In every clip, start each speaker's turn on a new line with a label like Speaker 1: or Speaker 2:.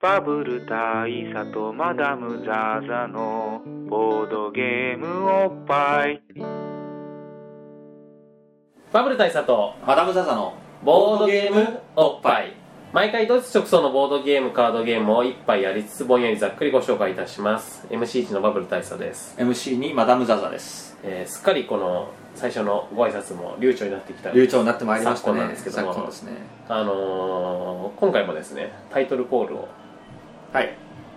Speaker 1: バブル大佐とマダムザザのボードゲームおっぱい。
Speaker 2: バブル大佐と
Speaker 3: マダム・ザ・ザの
Speaker 2: ボードゲームおっぱい毎回ドイツ直送のボードゲームカードゲームを一杯やりつつぼんやりざっくりご紹介いたします MC1 のバブル大佐です、
Speaker 3: MC にマダム・ザ・ザです
Speaker 2: えーすっかりこの最初のご挨拶も流暢になってきた
Speaker 3: 流暢になってまいりました
Speaker 2: 昨
Speaker 3: ね
Speaker 2: 今なんですけども
Speaker 3: 昨今ですね
Speaker 2: あのー今回もですねタイトルコールを
Speaker 3: はい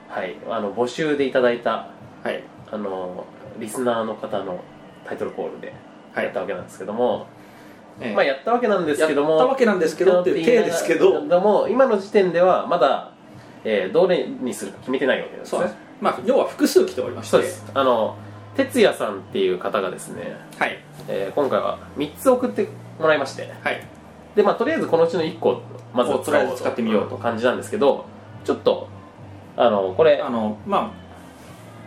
Speaker 2: はいあの募集でいただいた
Speaker 3: はい
Speaker 2: あのーリスナーの方のタイトルコールで
Speaker 3: はい
Speaker 2: やったわけなんですけども、
Speaker 3: ええ
Speaker 2: まあやったわけなんですけども
Speaker 3: やったわけなんですけどっていう体ですけど
Speaker 2: も今の時点ではまだ、えーどれにするか決めてないわけですね
Speaker 3: そうですまあ要は複数来ておりまして
Speaker 2: そうですあの哲也さんっていう方がですね、
Speaker 3: はい
Speaker 2: えー今回は3つ送ってもらいまして
Speaker 3: はい
Speaker 2: でまあとりあえずこのうちの1個をまずは使おう
Speaker 3: おとりあえ
Speaker 2: と
Speaker 3: ず使ってみようと
Speaker 2: 感じなんですけどちょっとあのこれ
Speaker 3: あのま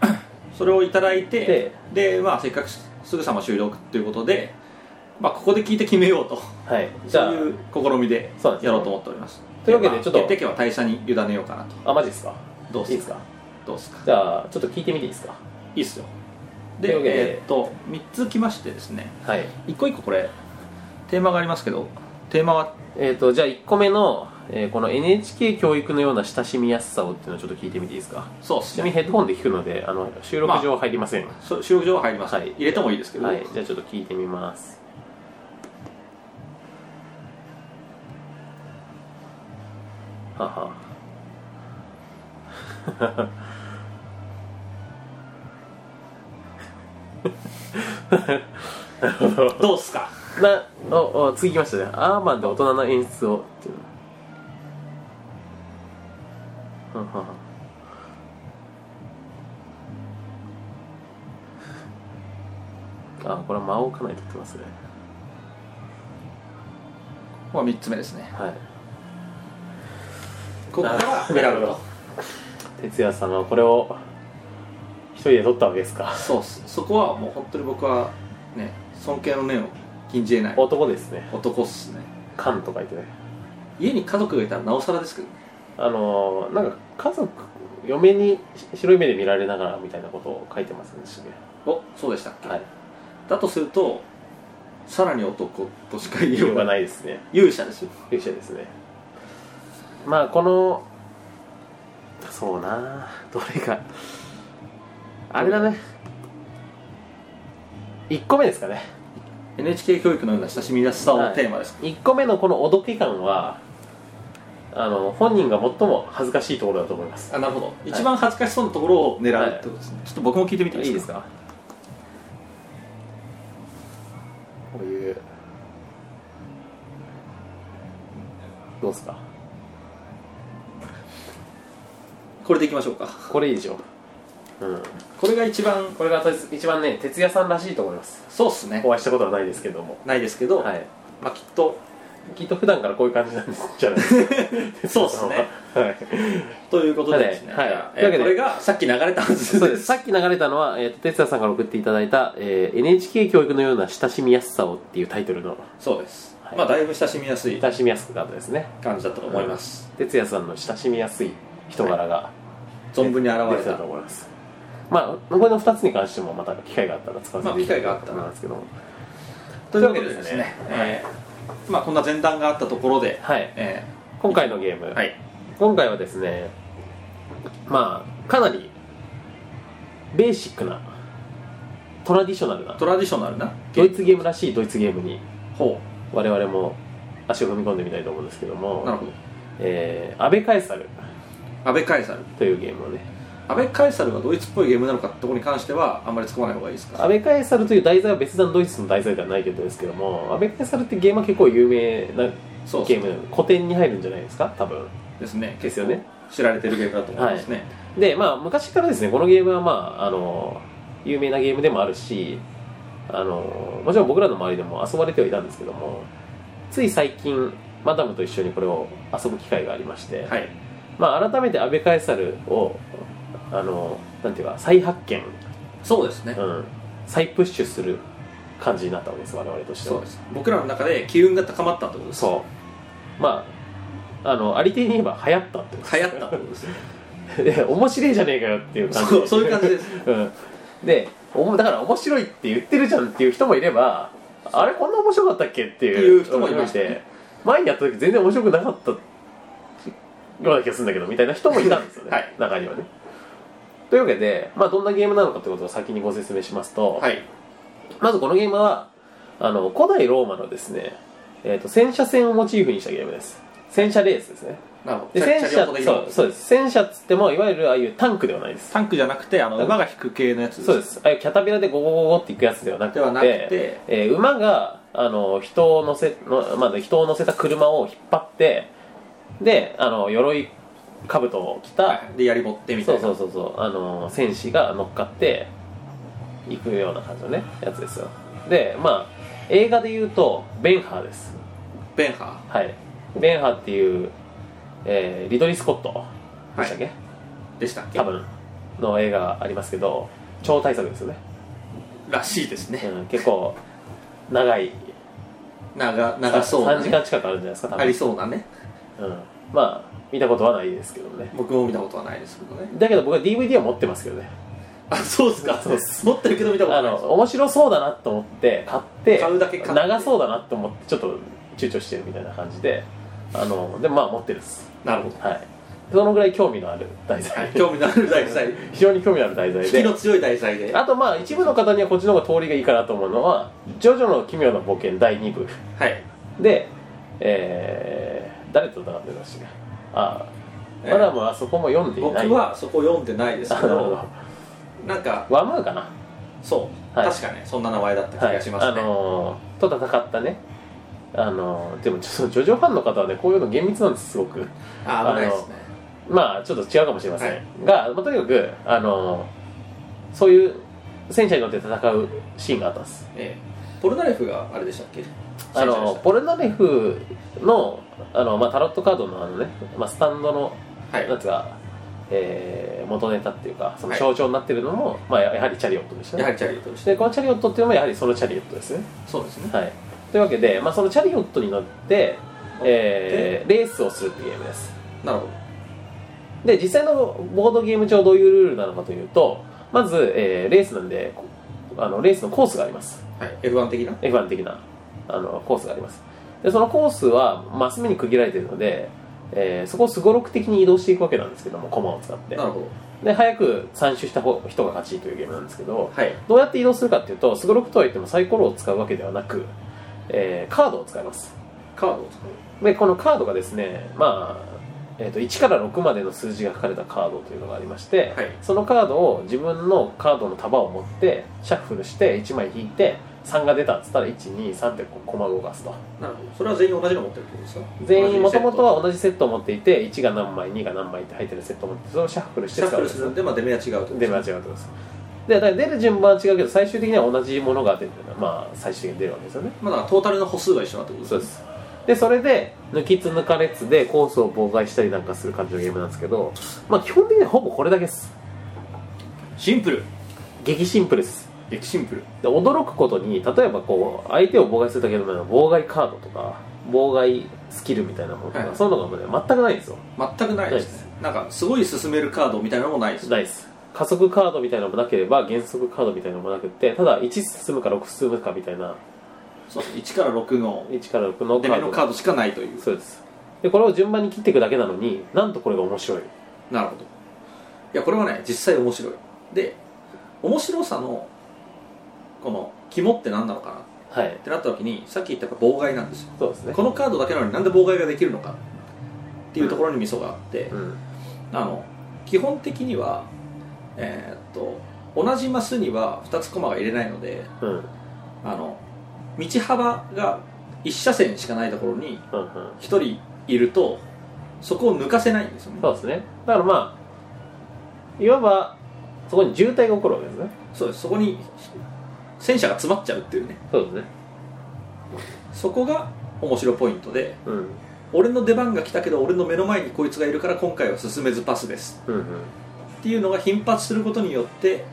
Speaker 3: あ それをいただいてでまあせっかくすぐさま収録ということでまあここで聞いて決めようと
Speaker 2: はいじゃ
Speaker 3: そ
Speaker 2: あ
Speaker 3: ういう試みで
Speaker 2: そうなんですね
Speaker 3: やろうと思っております
Speaker 2: というわけで
Speaker 3: まあ
Speaker 2: ちょっと
Speaker 3: 決定権は大社に委ねようかなと
Speaker 2: あマジですか
Speaker 3: どう
Speaker 2: いい
Speaker 3: す
Speaker 2: で
Speaker 3: か
Speaker 2: すか
Speaker 3: どうすか
Speaker 2: じゃあちょっと聞いてみていいですか
Speaker 3: いいっすよ
Speaker 2: とい
Speaker 3: で
Speaker 2: うわけで
Speaker 3: えーっと3つ来ましてですね
Speaker 2: はい
Speaker 3: 一個一個これテーマがありますけどテーマは
Speaker 2: えー、とじゃあ1個目の、えーこの NHK 教育のような親しみやすさをっていうのをちょっと聞いてみていいですか
Speaker 3: そうで
Speaker 2: ち
Speaker 3: す
Speaker 2: なみ
Speaker 3: ね
Speaker 2: にヘッドホンで聞くのであの収録上は入りません、
Speaker 3: そう収録上は入ります、
Speaker 2: はい
Speaker 3: 入れてもいいですけど、
Speaker 2: はいじゃあちょっと聞いてみますははなるほど
Speaker 3: どうっすか
Speaker 2: なおお次来ましたねアーマンで大人の演出をっていうはんはんはんあこれは間をかなり取ってますね
Speaker 3: ここは3つ目ですね
Speaker 2: はい
Speaker 3: ここから選ぶと
Speaker 2: 哲也さんはこれを一人で取ったわけですか
Speaker 3: そうっすそこはもう本当に僕はね尊敬の念を禁じ得ない
Speaker 2: 男ですね
Speaker 3: 男っすね
Speaker 2: 「カン」と書いてね
Speaker 3: 家に家族がいたらなおさらですけどね
Speaker 2: あのーなんか家族嫁にし白い目で見られながらみたいなことを書いてますんでしたね
Speaker 3: おそうでしたっけ、
Speaker 2: はい
Speaker 3: だとするとさらに男としか言い
Speaker 2: 理
Speaker 3: よ
Speaker 2: 由
Speaker 3: う
Speaker 2: が
Speaker 3: がない
Speaker 2: ないですね
Speaker 3: 勇者ですよ
Speaker 2: 勇者ですねまあこのそうなどれがあれだね1個目ですかね
Speaker 3: NHK 教育のような親しみやすさをテーマです、
Speaker 2: 1個目のこのおどけ感はあの本人が最も恥ずかしいところだと思います
Speaker 3: あなるほど、一番恥ずかしそうなところを狙うってことですね、ちょっと僕も聞いてみて
Speaker 2: い
Speaker 3: い
Speaker 2: い
Speaker 3: い
Speaker 2: で
Speaker 3: ですすか
Speaker 2: かこういうどうですか
Speaker 3: これでいきましょうか
Speaker 2: これいいでしょうん
Speaker 3: これが一番
Speaker 2: これがとりあえず一番ね哲也さんらしいと思います
Speaker 3: そうっすね
Speaker 2: お会いしたことはないですけども
Speaker 3: ないですけど、
Speaker 2: はい
Speaker 3: まあきっと
Speaker 2: きっと普段からこういう感じなんですじゃないですか
Speaker 3: そうっす ね
Speaker 2: はい
Speaker 3: ということでですね、
Speaker 2: はい
Speaker 3: じゃあ
Speaker 2: というわけ
Speaker 3: え
Speaker 2: で
Speaker 3: ーこれがさっき流れたはず
Speaker 2: そうですさっき流れたのは、えー、哲也さんから送っていただいた、えー NHK 教育のような親しみやすさを」っていうタイトルの
Speaker 3: そうです
Speaker 2: はい
Speaker 3: まあだいぶ親しみやすい
Speaker 2: 親しみやすかったですね
Speaker 3: 感じだと思います、
Speaker 2: 哲也さんの親しみやすい人柄が
Speaker 3: 存分に
Speaker 2: 出
Speaker 3: 現れ
Speaker 2: てた
Speaker 3: た
Speaker 2: と思います、まあこの2つに関してもまた機会があったら使わせていただき
Speaker 3: まあ
Speaker 2: たいと思い
Speaker 3: 機会があったら
Speaker 2: ますけども
Speaker 3: というわけでですね
Speaker 2: ということですね
Speaker 3: えーまあこんな前段があったところで、
Speaker 2: はい
Speaker 3: え
Speaker 2: 今回のゲーム、
Speaker 3: ーはい
Speaker 2: 今回はですねまあかなりベーシックなトラディショナルな
Speaker 3: トラディショナルな
Speaker 2: ドイツゲームらしいドイツゲームに
Speaker 3: ほ
Speaker 2: 我々も足を踏み込んでみたいと思うんですけど
Speaker 3: うなる
Speaker 2: も
Speaker 3: ほど
Speaker 2: 「えー、アベカエサル
Speaker 3: 安倍カエサル」
Speaker 2: というゲームをね
Speaker 3: 安倍カエサルがドイツっぽいゲームなのかってところに関してはあんまり突っ込まない方がいいです
Speaker 2: ア
Speaker 3: か
Speaker 2: ベカエサルという題材は別段ドイツの題材ではないけどですけどもアベカエサルってゲームは結構有名な
Speaker 3: そう
Speaker 2: ゲームなの古典に入るんじゃないですか多分
Speaker 3: ですね
Speaker 2: ですよね
Speaker 3: 結構知られてるゲームだと思いますね、
Speaker 2: でまあ昔からですねこのゲームはまああの有名なゲームでもあるしあのもちろん僕らの周りでも遊ばれてはいたんですけどもつい最近マダムと一緒にこれを遊ぶ機会がありまして、
Speaker 3: はい
Speaker 2: まあ、改めて安倍カエサルをあのなんていうか再発見、
Speaker 3: そうですね
Speaker 2: うん、再プッシュする感じになったわけです我々としては
Speaker 3: そうです僕らの中で機運が高まったってことです
Speaker 2: そうまああのありていに言えば流行ったってこと
Speaker 3: 流行ったってことです
Speaker 2: で面白 いじゃねえかよっていう感じ
Speaker 3: そうそういう感じです
Speaker 2: うん、でおもだから面白いって言ってるじゃんっていう人もいればあれこんな面白かったっけってい
Speaker 3: いうう人もいましたね
Speaker 2: うん前にやった時全然面白くなかったような気がするんだけどみたいな人もいたんですよね、
Speaker 3: はい
Speaker 2: 中にはねというわけで、まあ、どんなゲームなのかってことを先にご説明しますと、
Speaker 3: はい
Speaker 2: まずこのゲームはあの古代ローマのですね、えー、と戦車戦をモチーフにしたゲームです戦車レースですね
Speaker 3: なるほ
Speaker 2: で
Speaker 3: ど
Speaker 2: 戦車
Speaker 3: チャリオットで
Speaker 2: そうそうです戦車っつってもいわゆるああいうタンクではないです
Speaker 3: タンクじゃなくてあの馬が引く系のやつ
Speaker 2: そうですああいうキャタピラでゴゴゴゴっていくやつではなくて
Speaker 3: ではなくて
Speaker 2: えー馬があの人を乗せの、まあ、人を乗せた車を引っ張ってであの鎧兜を着た、
Speaker 3: はいでやり持ってみたい
Speaker 2: そう
Speaker 3: な
Speaker 2: そうそうそうあの戦士が乗っかっていくような感じのねやつですよでまあ映画で言うとベンハーです
Speaker 3: ベンハ
Speaker 2: はいベンハーっていう、えーリドリー・スコットでしたっけ、
Speaker 3: ーでしたっけ
Speaker 2: 多分の映画がありますけど超大作ですよね
Speaker 3: らしいですね
Speaker 2: うん、結構長い
Speaker 3: 長長そうな
Speaker 2: 3
Speaker 3: ね
Speaker 2: 時間近くあるんじゃないですか多分
Speaker 3: ありそうなね
Speaker 2: うん、まあ見たことはないですけどね
Speaker 3: 僕も見たことはないですけどね
Speaker 2: だけど僕は DVD は持ってますけどね
Speaker 3: あそうですか
Speaker 2: そうっす
Speaker 3: 持ってるけど見たこと
Speaker 2: あ
Speaker 3: ない
Speaker 2: の
Speaker 3: です
Speaker 2: 面白そうだなと思って買って
Speaker 3: 買うだけ買って
Speaker 2: 長そうだなと思ってちょっと躊躇してるみたいな感じであのでまあ持ってるです
Speaker 3: なるほど
Speaker 2: はいそのぐらい興味のある題
Speaker 3: はい
Speaker 2: 材
Speaker 3: 興味のある題材
Speaker 2: 非常に興味のある題材
Speaker 3: 引きの
Speaker 2: で
Speaker 3: 強い題材では
Speaker 2: あとまあ一部の方にはこっちの方が通りがいいかなと思うのは「ジョジョの奇妙な冒険第2部」
Speaker 3: い
Speaker 2: で、えー、誰と戦ってましたっけああ、
Speaker 3: えー
Speaker 2: マダムはそこも読んでいない
Speaker 3: 僕はそこ読んでないです
Speaker 2: あ
Speaker 3: けど
Speaker 2: の
Speaker 3: なんか
Speaker 2: ワムーかな
Speaker 3: そう
Speaker 2: はい
Speaker 3: 確かねそんな名前だった気
Speaker 2: はい
Speaker 3: がしま
Speaker 2: あ
Speaker 3: すね
Speaker 2: のーと戦ったねあのーでもちょっとジ ョジョファンの方はねこういうの厳密なんですすごく
Speaker 3: あ危ないですね
Speaker 2: まあちょっと違うかもしれません、
Speaker 3: はい
Speaker 2: が、まあ、とにかくあのーそういう戦車に乗って戦うシーンがあったんです
Speaker 3: ええポルナレフがあれでしたっけ
Speaker 2: あ
Speaker 3: 戦車で
Speaker 2: の
Speaker 3: した
Speaker 2: ポルナレフのあの、まあ、タロットカードのあのね、まあ、スタンドの
Speaker 3: はい
Speaker 2: なんつうか、えー元ネタっていうかその
Speaker 3: はい
Speaker 2: 象徴になってるのも、まあ、ややはりチャリオットでした
Speaker 3: やは
Speaker 2: ね
Speaker 3: りチャリオットでした
Speaker 2: でこのチャリオットっていうのもやはりそのチャリオットですね
Speaker 3: そうですね
Speaker 2: はいというわけで、まあ、そのチャリオットに乗って、えーレースをするっていうゲームです
Speaker 3: なるほど
Speaker 2: で実際のボードゲーム上どういうルールなのかというとまず、えーレースなんでこあのレースのコースがあります
Speaker 3: はい F1 的な
Speaker 2: F1 的なあのコースがありますでそのコースはマス目に区切られているので、えーそこをすごろく的に移動していくわけなんですけども駒を使って
Speaker 3: なるほど
Speaker 2: で早く3周した方人が勝ちというゲームなんですけど
Speaker 3: はい
Speaker 2: どうやって移動するかっていうとすごろくとはいってもサイコロを使うわけではなく、えーカードを使います
Speaker 3: カードを使う
Speaker 2: でこのカードがですね、まあえー、と1から6までの数字が書かれたカードというのがありまして、
Speaker 3: はい
Speaker 2: そのカードを自分のカードの束を持ってシャッフルして1枚引いて3が出たっつったら123ってこう駒を動かすと
Speaker 3: なるほどそれは全員同じの持ってるってことですか
Speaker 2: 全員もともと
Speaker 3: 同
Speaker 2: は同じセットを持っていて1が何枚2が何枚って入ってるセットを持ってそれをシャッフルし
Speaker 3: じ
Speaker 2: て
Speaker 3: セ
Speaker 2: 使
Speaker 3: ッ
Speaker 2: う
Speaker 3: トシャッフルするんでまあ出目は違うってこと
Speaker 2: 出
Speaker 3: で
Speaker 2: る
Speaker 3: す
Speaker 2: は違うってことですでだから出る順番は違うけど最終的には同じものが出るまあ最終的に出るわけですよね
Speaker 3: まだトータルの歩数が一緒だってこと
Speaker 2: そう
Speaker 3: で
Speaker 2: ですすでそれで抜きつ抜かれつでコースを妨害したりなんかする感じのゲームなんですけどまあ基本的にはほぼこれだけです
Speaker 3: シンプル
Speaker 2: 激シンプルです
Speaker 3: 激シンプル
Speaker 2: で驚くことに例えばこう相手を妨害するだけの妨害カードとか妨害スキルみたいなものとか、
Speaker 3: はい
Speaker 2: そういうのがもうね全くないんですよ
Speaker 3: 全くないですねなんかすごい進めるカードみたいなのもないです
Speaker 2: ないです加速カードみたいなのもなければ減速カードみたいなのもなくってただ1進むか6進むかみたいな
Speaker 3: そう1から6の
Speaker 2: 1から6のカ
Speaker 3: 出
Speaker 2: ー
Speaker 3: 目
Speaker 2: ド
Speaker 3: の
Speaker 2: が
Speaker 3: カードしかないという
Speaker 2: そうですでこれを順番に切っていくだけなのになんとこれが面白い
Speaker 3: なるほどいやこれはね実際面白いで面白さのこの肝って何なのかな
Speaker 2: は
Speaker 3: っ
Speaker 2: い
Speaker 3: てなった時にさっき言ったやっぱ妨害なんですよ
Speaker 2: そうですね
Speaker 3: このカードだけなのになんで妨害ができるのかっていうところにミソがあって、
Speaker 2: うん
Speaker 3: あの基本的にはえーっと同じマスには2つコマが入れないので
Speaker 2: うんうん
Speaker 3: あの道幅が1車線しかないところに
Speaker 2: うん
Speaker 3: 1人いるとそこを抜かせないんですよね
Speaker 2: そうですね。だからまあ、いわば、そこに渋滞が起こるわけですね。
Speaker 3: そうですそこに戦車が詰まっちゃうっていうね
Speaker 2: そうですね。
Speaker 3: そこが面白ポイントで
Speaker 2: うん。
Speaker 3: 俺の出番が来たけど俺の目の前にこいつがいるから今回は進めずパスです
Speaker 2: うんうん。
Speaker 3: っていうのが頻発することによって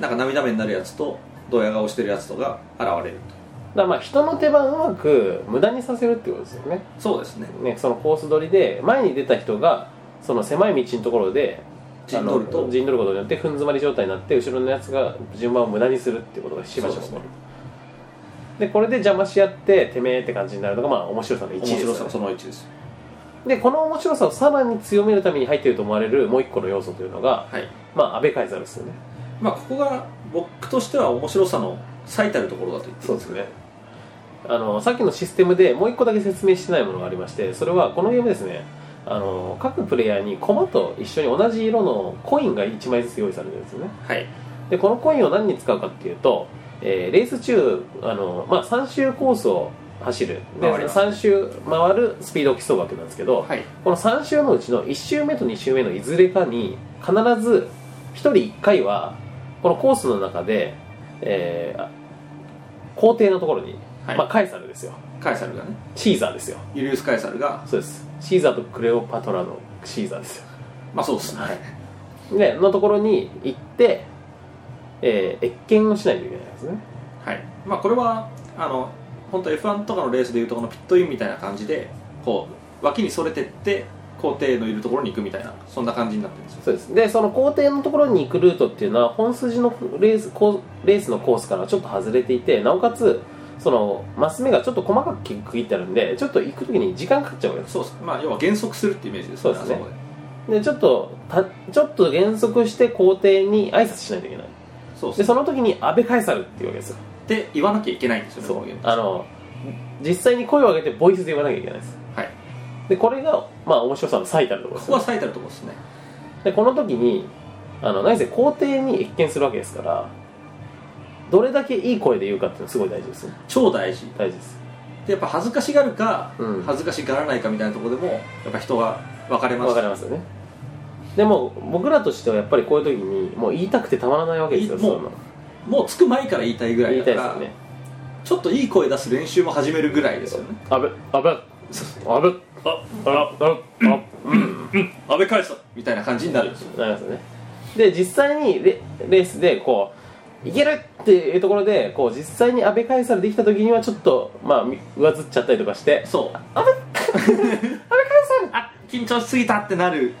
Speaker 3: なんか涙目になるやつとドヤ顔してるやつとが現れる
Speaker 2: からまあ人の手番をうまく無駄にさせるってことですよね
Speaker 3: そうですね
Speaker 2: ねそのコース取りで前に出た人がその狭い道のところで
Speaker 3: 陣取ると
Speaker 2: あの陣取ることによって踏ん詰まり状態になって後ろのやつが順番を無駄にするっていうことがしばしば起こ
Speaker 3: そう
Speaker 2: るでこれで邪魔し合っててめえって感じになるのがまあ面白さの一
Speaker 3: 面
Speaker 2: 位ですよ
Speaker 3: 白
Speaker 2: ね
Speaker 3: さはその1です
Speaker 2: でこの面白さをさらに強めるために入っていると思われるもう一個の要素というのが、
Speaker 3: はい
Speaker 2: まあ、安倍カイザルですよね
Speaker 3: まあここが僕としては面白さの最たるところだと言っていい
Speaker 2: そうですねあのさっきのシステムでもう一個だけ説明してないものがありましてそれはこのゲームですねあの各プレイヤーに駒と一緒に同じ色のコインが1枚ずつ用意されてるんですよね
Speaker 3: はい
Speaker 2: でこのコインを何に使うかっていうと、えーレース中あの、まあ、3周コースを走るで
Speaker 3: 回ります
Speaker 2: 3周回るスピードを競うわけなんですけど、
Speaker 3: はい
Speaker 2: この3週のうちの1週目と2週目のいずれかに必ず1人1回はこのコースの中で、えーあ校庭のところに、
Speaker 3: はい
Speaker 2: まあ、カエサルですよ
Speaker 3: カエサルがね
Speaker 2: シーザーですよ
Speaker 3: ユリウス・カエサルが
Speaker 2: そうですシーザーとクレオパトラのシーザーですよ
Speaker 3: まあそうですね、
Speaker 2: でのところに行って、えー、越見をしないといけないんですね
Speaker 3: はい、まあこれはあの本当 F1 とかのレースでいうとこのピットインみたいな感じでこう脇にそれてって校庭のいるところに行くみたいなそんな感じになってるんですよ
Speaker 2: そうですでその校庭のところに行くルートっていうのは本筋のレースコーレースのコースからちょっと外れていてなおかつそのマス目がちょっと細かく区切ってあるんでちょっと行く時に時間かかっちゃうわけです
Speaker 3: そうですまあ要は減速するってイメージです
Speaker 2: そうですね
Speaker 3: あこで
Speaker 2: でちょっとたちょっと減速して校庭に挨拶しないといけない
Speaker 3: そうで
Speaker 2: です
Speaker 3: ね
Speaker 2: その時に安倍カエサルっていうわけですよ
Speaker 3: って言わなきゃいけないんですよねこのゲーム
Speaker 2: あの実際に声を上げてボイスで言わなきゃいけないです
Speaker 3: はい
Speaker 2: でこれがまあ面白さの最たるところ
Speaker 3: こ
Speaker 2: です
Speaker 3: こ
Speaker 2: よ
Speaker 3: は最たるところですね
Speaker 2: でこの時にあの何せ校庭に一見するわけですからどれだけいい声で言うかっていうのはすごい大事ですね
Speaker 3: 超大事
Speaker 2: 大事です
Speaker 3: でやっぱ恥ずかしがるか、
Speaker 2: うん
Speaker 3: 恥ずかしがらないかみたいなところでもやっぱ人が分かれま
Speaker 2: わ
Speaker 3: す
Speaker 2: かりますよねでも僕らとしてはやっぱりこういう時にもう言いたくてたまらないわけですよ
Speaker 3: いもう
Speaker 2: その
Speaker 3: もう着く前から言いたいぐら
Speaker 2: 言
Speaker 3: い
Speaker 2: いた
Speaker 3: だ
Speaker 2: いで
Speaker 3: か
Speaker 2: すよ
Speaker 3: ら、
Speaker 2: ね
Speaker 3: ちょっといい声出す練習も始めるぐらいですよね
Speaker 2: あぶあぶあぶ
Speaker 3: あ
Speaker 2: あぶあぶあぶ
Speaker 3: 安倍返したみたいな感じになるんですよ
Speaker 2: なりますよねで実際にレレースでこういけるっていうところでこう実際に安倍カエサルできた時にはちょっとまあみ上ずっちゃったりとかして
Speaker 3: そう
Speaker 2: 安倍カエサル
Speaker 3: あ緊張しすぎたってなる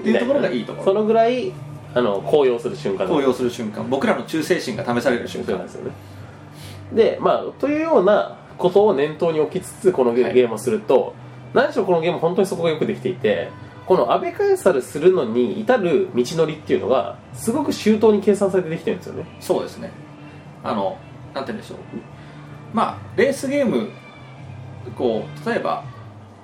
Speaker 3: っていうところがいいとこ
Speaker 2: そ
Speaker 3: ろ
Speaker 2: のぐらいあの高揚する瞬間
Speaker 3: 高揚する瞬間僕らの忠誠心が試される瞬
Speaker 2: そうなん
Speaker 3: 間
Speaker 2: ですよねでまあというようなことを念頭に置きつつこのゲ,、
Speaker 3: はい
Speaker 2: ームをすると何しろこのゲーム本当にそこがよくできていてこの安倍カエサルするのに至る道のりっていうのがすごく周到に計算されてできてるんですよね
Speaker 3: そうですねあのなんて言うんでしょうまあレースゲームこう例えば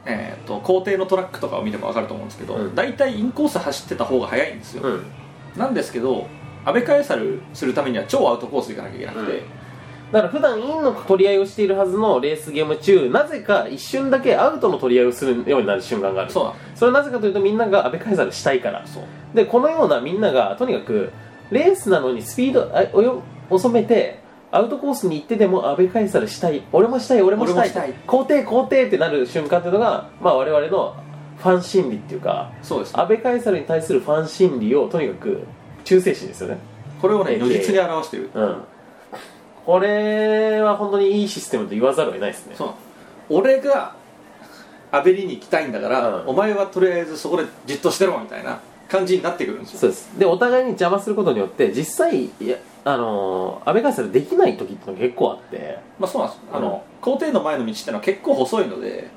Speaker 3: えー、と校庭のトラックとかを見ても分かると思うんですけど、
Speaker 2: うん
Speaker 3: 大体インコース走ってた方が速いんですよ、
Speaker 2: うん
Speaker 3: なんですけど安倍カエサルするためには超アウトコース行かなきゃいけなくて、
Speaker 2: うんだから普段インの取り合いをしているはずのレースゲーム中なぜか一瞬だけアウトの取り合いをするようになる瞬間がある
Speaker 3: そうなん
Speaker 2: それはなぜかというとみんなが安倍カエサルしたいから
Speaker 3: そう
Speaker 2: でこのようなみんながとにかくレースなのにスピードあおよ遅めてアウトコースに行ってでも安倍カエサルしたい俺もしたい俺もしたい
Speaker 3: 俺もしたい
Speaker 2: 肯定肯定ってなる瞬間っていうのが、まあ、我々のファン心理っていうか
Speaker 3: そうですね
Speaker 2: 安倍カエサルに対するファン心理をとにかく忠誠心ですよね
Speaker 3: これをね
Speaker 2: えー
Speaker 3: 如実に表してる
Speaker 2: うんこれは本当にいいシステムと言わざるを得ないですね
Speaker 3: そう俺がアベリに行きたいんだから、
Speaker 2: うん
Speaker 3: お前はとりあえずそこでじっとしてろみたいな感じになってくるんですよ
Speaker 2: そうですでお互いに邪魔することによって実際いやあのー安倍カエサルできない時ってのが結構あって
Speaker 3: まあそうなんですあの、校庭の前の道ってのは結構細いので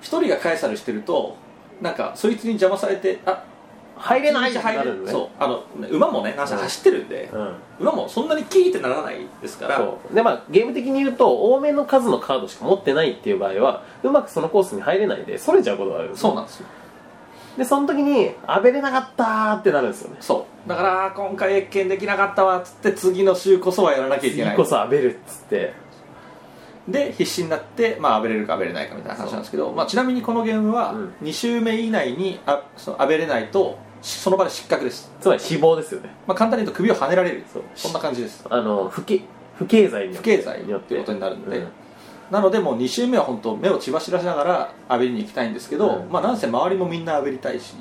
Speaker 3: 一人がカエサルしてるとなんかそいつに邪魔されてあ
Speaker 2: 入れない
Speaker 3: 一
Speaker 2: って
Speaker 3: 日
Speaker 2: な
Speaker 3: 入
Speaker 2: る
Speaker 3: れる、
Speaker 2: のね
Speaker 3: そうあの馬もねなんせ走ってるんで、
Speaker 2: うん
Speaker 3: 馬もそんなにキーってならないですから
Speaker 2: そうでまあゲーム的に言うと多めの数のカードしか持ってないっていう場合はうまくそのコースに入れないでそれちゃうことがあるんですよ
Speaker 3: そうなんですよ
Speaker 2: でその時に「あべれなかった」ってなるんですよね
Speaker 3: そうだから今回越見できなかったわっつって次の週こそはやらなきゃいけ
Speaker 2: 次
Speaker 3: ない
Speaker 2: こそ「あべる」っつって
Speaker 3: で必死になって、まあ、アベれるかアベれないかみたいな話なんですけど、まあ、ちなみにこのゲームは
Speaker 2: うん
Speaker 3: 2周目以内にあそのアベれないとしその場で失格です、
Speaker 2: つまり死亡ですよね
Speaker 3: まあ、簡単に言うと首を跳ねられる
Speaker 2: そう
Speaker 3: そんな感じです
Speaker 2: あの不け不経済によ
Speaker 3: 不
Speaker 2: っ
Speaker 3: 経
Speaker 2: て
Speaker 3: 済ってことになるんで、
Speaker 2: うん
Speaker 3: なのでもう2周目は本当目を血走らせながらアベりに行きたいんですけど、
Speaker 2: うん
Speaker 3: まあ、なんせ周りもみんなアベりたいし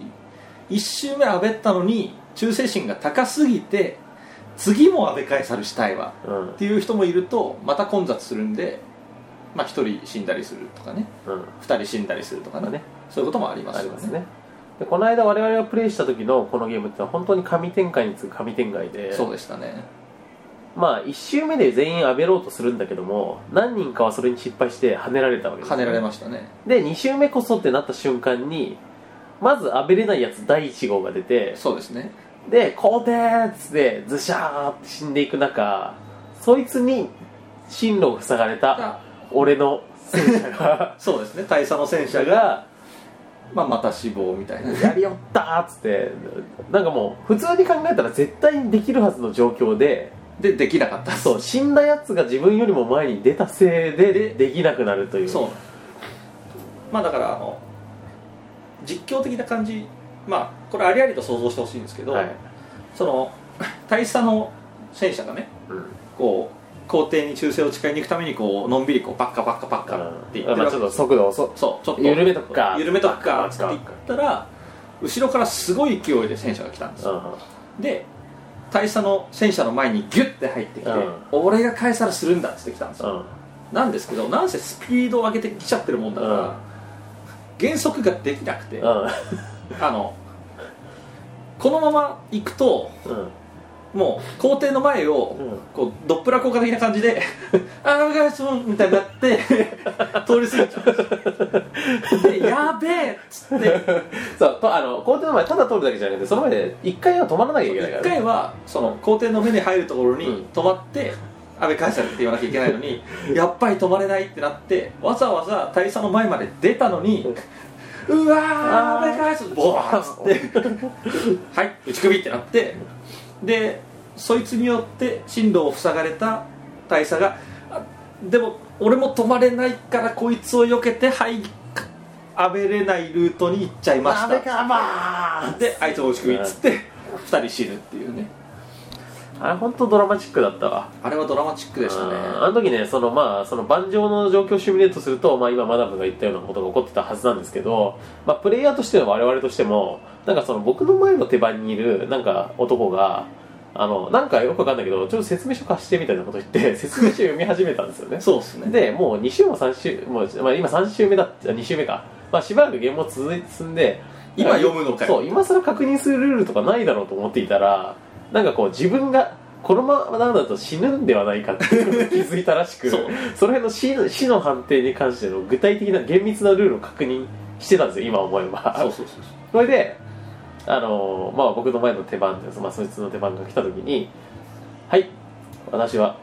Speaker 3: 1周目アベったのに忠誠心が高すぎて次もアベ返さるしたいわ
Speaker 2: うん
Speaker 3: っていう人もいるとまた混雑するんでまあ、1人死んだりするとかね
Speaker 2: うん
Speaker 3: 2人死んだりするとかねそういうこともあります
Speaker 2: あ
Speaker 3: よ
Speaker 2: りますねでこの間我々がプレイした時のこのゲームってのは本当に神展開に次ぐ神展開で
Speaker 3: そうでしたね
Speaker 2: まあ1周目で全員アベろうとするんだけども何人かはそれに失敗して跳ねられたわけです
Speaker 3: 跳
Speaker 2: よ
Speaker 3: ねられましたね
Speaker 2: で2周目こそってなった瞬間にまずアベれないやつ第1号が出て
Speaker 3: そうですね
Speaker 2: で「皇帝!」っつってズシャーって死んでいく中そいつに進路を塞がれた俺の戦車が
Speaker 3: そうですね大佐の戦車
Speaker 2: 者
Speaker 3: が、
Speaker 2: が
Speaker 3: まあ、また死亡みたいな
Speaker 2: 「やりよった!」っつってなんかもう普通に考えたら絶対にできるはずの状況で
Speaker 3: でできなかった
Speaker 2: そう死んだやつが自分よりも前に出たせいでできなくなるという
Speaker 3: そうまあだからあの実況的な感じまあこれありありと想像してほしいんですけど、
Speaker 2: はい
Speaker 3: その大佐の戦車がね
Speaker 2: うん
Speaker 3: こう皇帝に忠誠を誓いに行くためにこうのんびりこうパッカパッカパッカって言ってる
Speaker 2: まあ
Speaker 3: わ
Speaker 2: ち
Speaker 3: け
Speaker 2: ょっ
Speaker 3: で
Speaker 2: と
Speaker 3: す
Speaker 2: 速度をそ
Speaker 3: そうちょっと
Speaker 2: 緩めとくか
Speaker 3: 緩めとくかって
Speaker 2: パッカパ
Speaker 3: 言
Speaker 2: ッ
Speaker 3: っ
Speaker 2: カ
Speaker 3: たら後ろからすごい勢いで戦車が来たんですよ
Speaker 2: う
Speaker 3: で大佐の戦車の前にギュッて入ってきて、
Speaker 2: うん
Speaker 3: 俺が返さらするんだっつって来たんですよ
Speaker 2: んうん
Speaker 3: なんですけどなんせスピードを上げてきちゃってるもんだから、
Speaker 2: うん
Speaker 3: 減速ができなくて、
Speaker 2: うん
Speaker 3: あのこのまま行くと
Speaker 2: うん
Speaker 3: もう校庭の前を、
Speaker 2: うん
Speaker 3: こうドップラ効果的な感じで 「あーガイソン」みたいになって通り過ぎちゃうんですよでやべえっつって
Speaker 2: そうとあの校庭の前ただ通るだけじゃなくてその前で一回は止まらなきゃいけないから
Speaker 3: 1
Speaker 2: ね
Speaker 3: 回はその校庭の目に入るところに
Speaker 2: うん
Speaker 3: 止まって「安倍返せ」って言わなきゃいけないのにやっぱり止まれないってなってわざわざ大佐の前まで出たのに「うわー
Speaker 2: あー
Speaker 3: 安倍返せ」ボーンっつって「はい打ち首」ってなってでそいつによって進路を塞がれた大佐があでも俺も止まれないからこいつを避けてはい安倍れないルートに行っちゃいました
Speaker 2: あれかまあ
Speaker 3: であいつを打ち首っつって2人死ぬっていうね
Speaker 2: あれ本当ドラマチックだったわ
Speaker 3: あれはドラマチックでしたね
Speaker 2: あーあの時ねそのまあその盤上の状況をシミュレートすると、まあ、今マダムが言ったようなことが起こってたはずなんですけど、まあ、プレイヤーとしての我々としてもなんかその僕の前の手番にいるなんか男があのなんかよくわかんないけどちょっと説明書貸してみたいなこと言って説明書読み始めたんですよね
Speaker 3: そうですね
Speaker 2: でもう2週も3週もう、まあ、今3週目だっ2週目か、まあ、しばらくゲームを続いて進んで
Speaker 3: 今読むのかよ
Speaker 2: そう今更確認するルールとかないだろうと思っていたらなんかこう自分がこのままだと死ぬんではないかっていうことに気づいたらしく
Speaker 3: そう
Speaker 2: その辺の死の死の判定に関しての具体的な厳密なルールを確認してたんですよ今思えば
Speaker 3: そうそうそう
Speaker 2: それで、あのーまあ、僕の前の手番です、まあ、そいつの手番が来た時に「はい私は